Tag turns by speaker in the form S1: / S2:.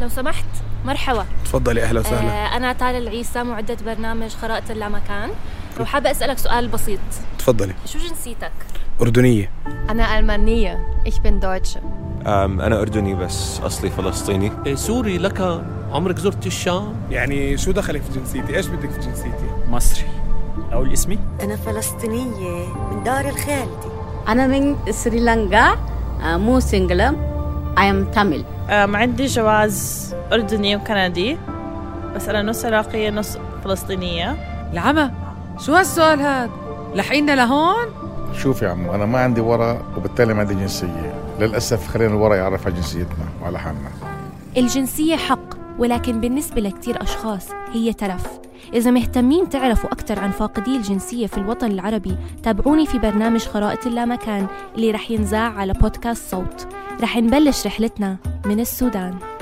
S1: لو سمحت مرحبا
S2: تفضلي اهلا وسهلا
S1: آه، أنا تالا العيسى معدة برنامج خرائط اللامكان وحابة أسألك سؤال بسيط
S2: تفضلي
S1: شو جنسيتك؟
S2: اردنيه
S3: أنا ألمانية ich bin Deutsche
S4: أم، أنا أردني بس أصلي فلسطيني
S5: إيه، سوري لك عمرك زرت الشام
S2: يعني شو دخلك في جنسيتي ايش بدك في جنسيتي
S6: مصري أقول اسمي
S7: أنا فلسطينية من دار الخالدي
S8: أنا من سريلانكا آه، مو سنجلم I am Tamil
S9: آم، عندي آه، جواز أردني وكندي بس أنا نص عراقية نص فلسطينية
S10: العمى شو هالسؤال هاد لحقنا لهون
S11: شوف يا عمو انا ما عندي ورا وبالتالي ما عندي جنسيه للاسف خلينا الورا يعرف على جنسيتنا وعلى حالنا
S1: الجنسية حق ولكن بالنسبة لكتير أشخاص هي تلف إذا مهتمين تعرفوا أكثر عن فاقدي الجنسية في الوطن العربي تابعوني في برنامج خرائط اللامكان اللي رح ينزاع على بودكاست صوت رح نبلش رحلتنا من السودان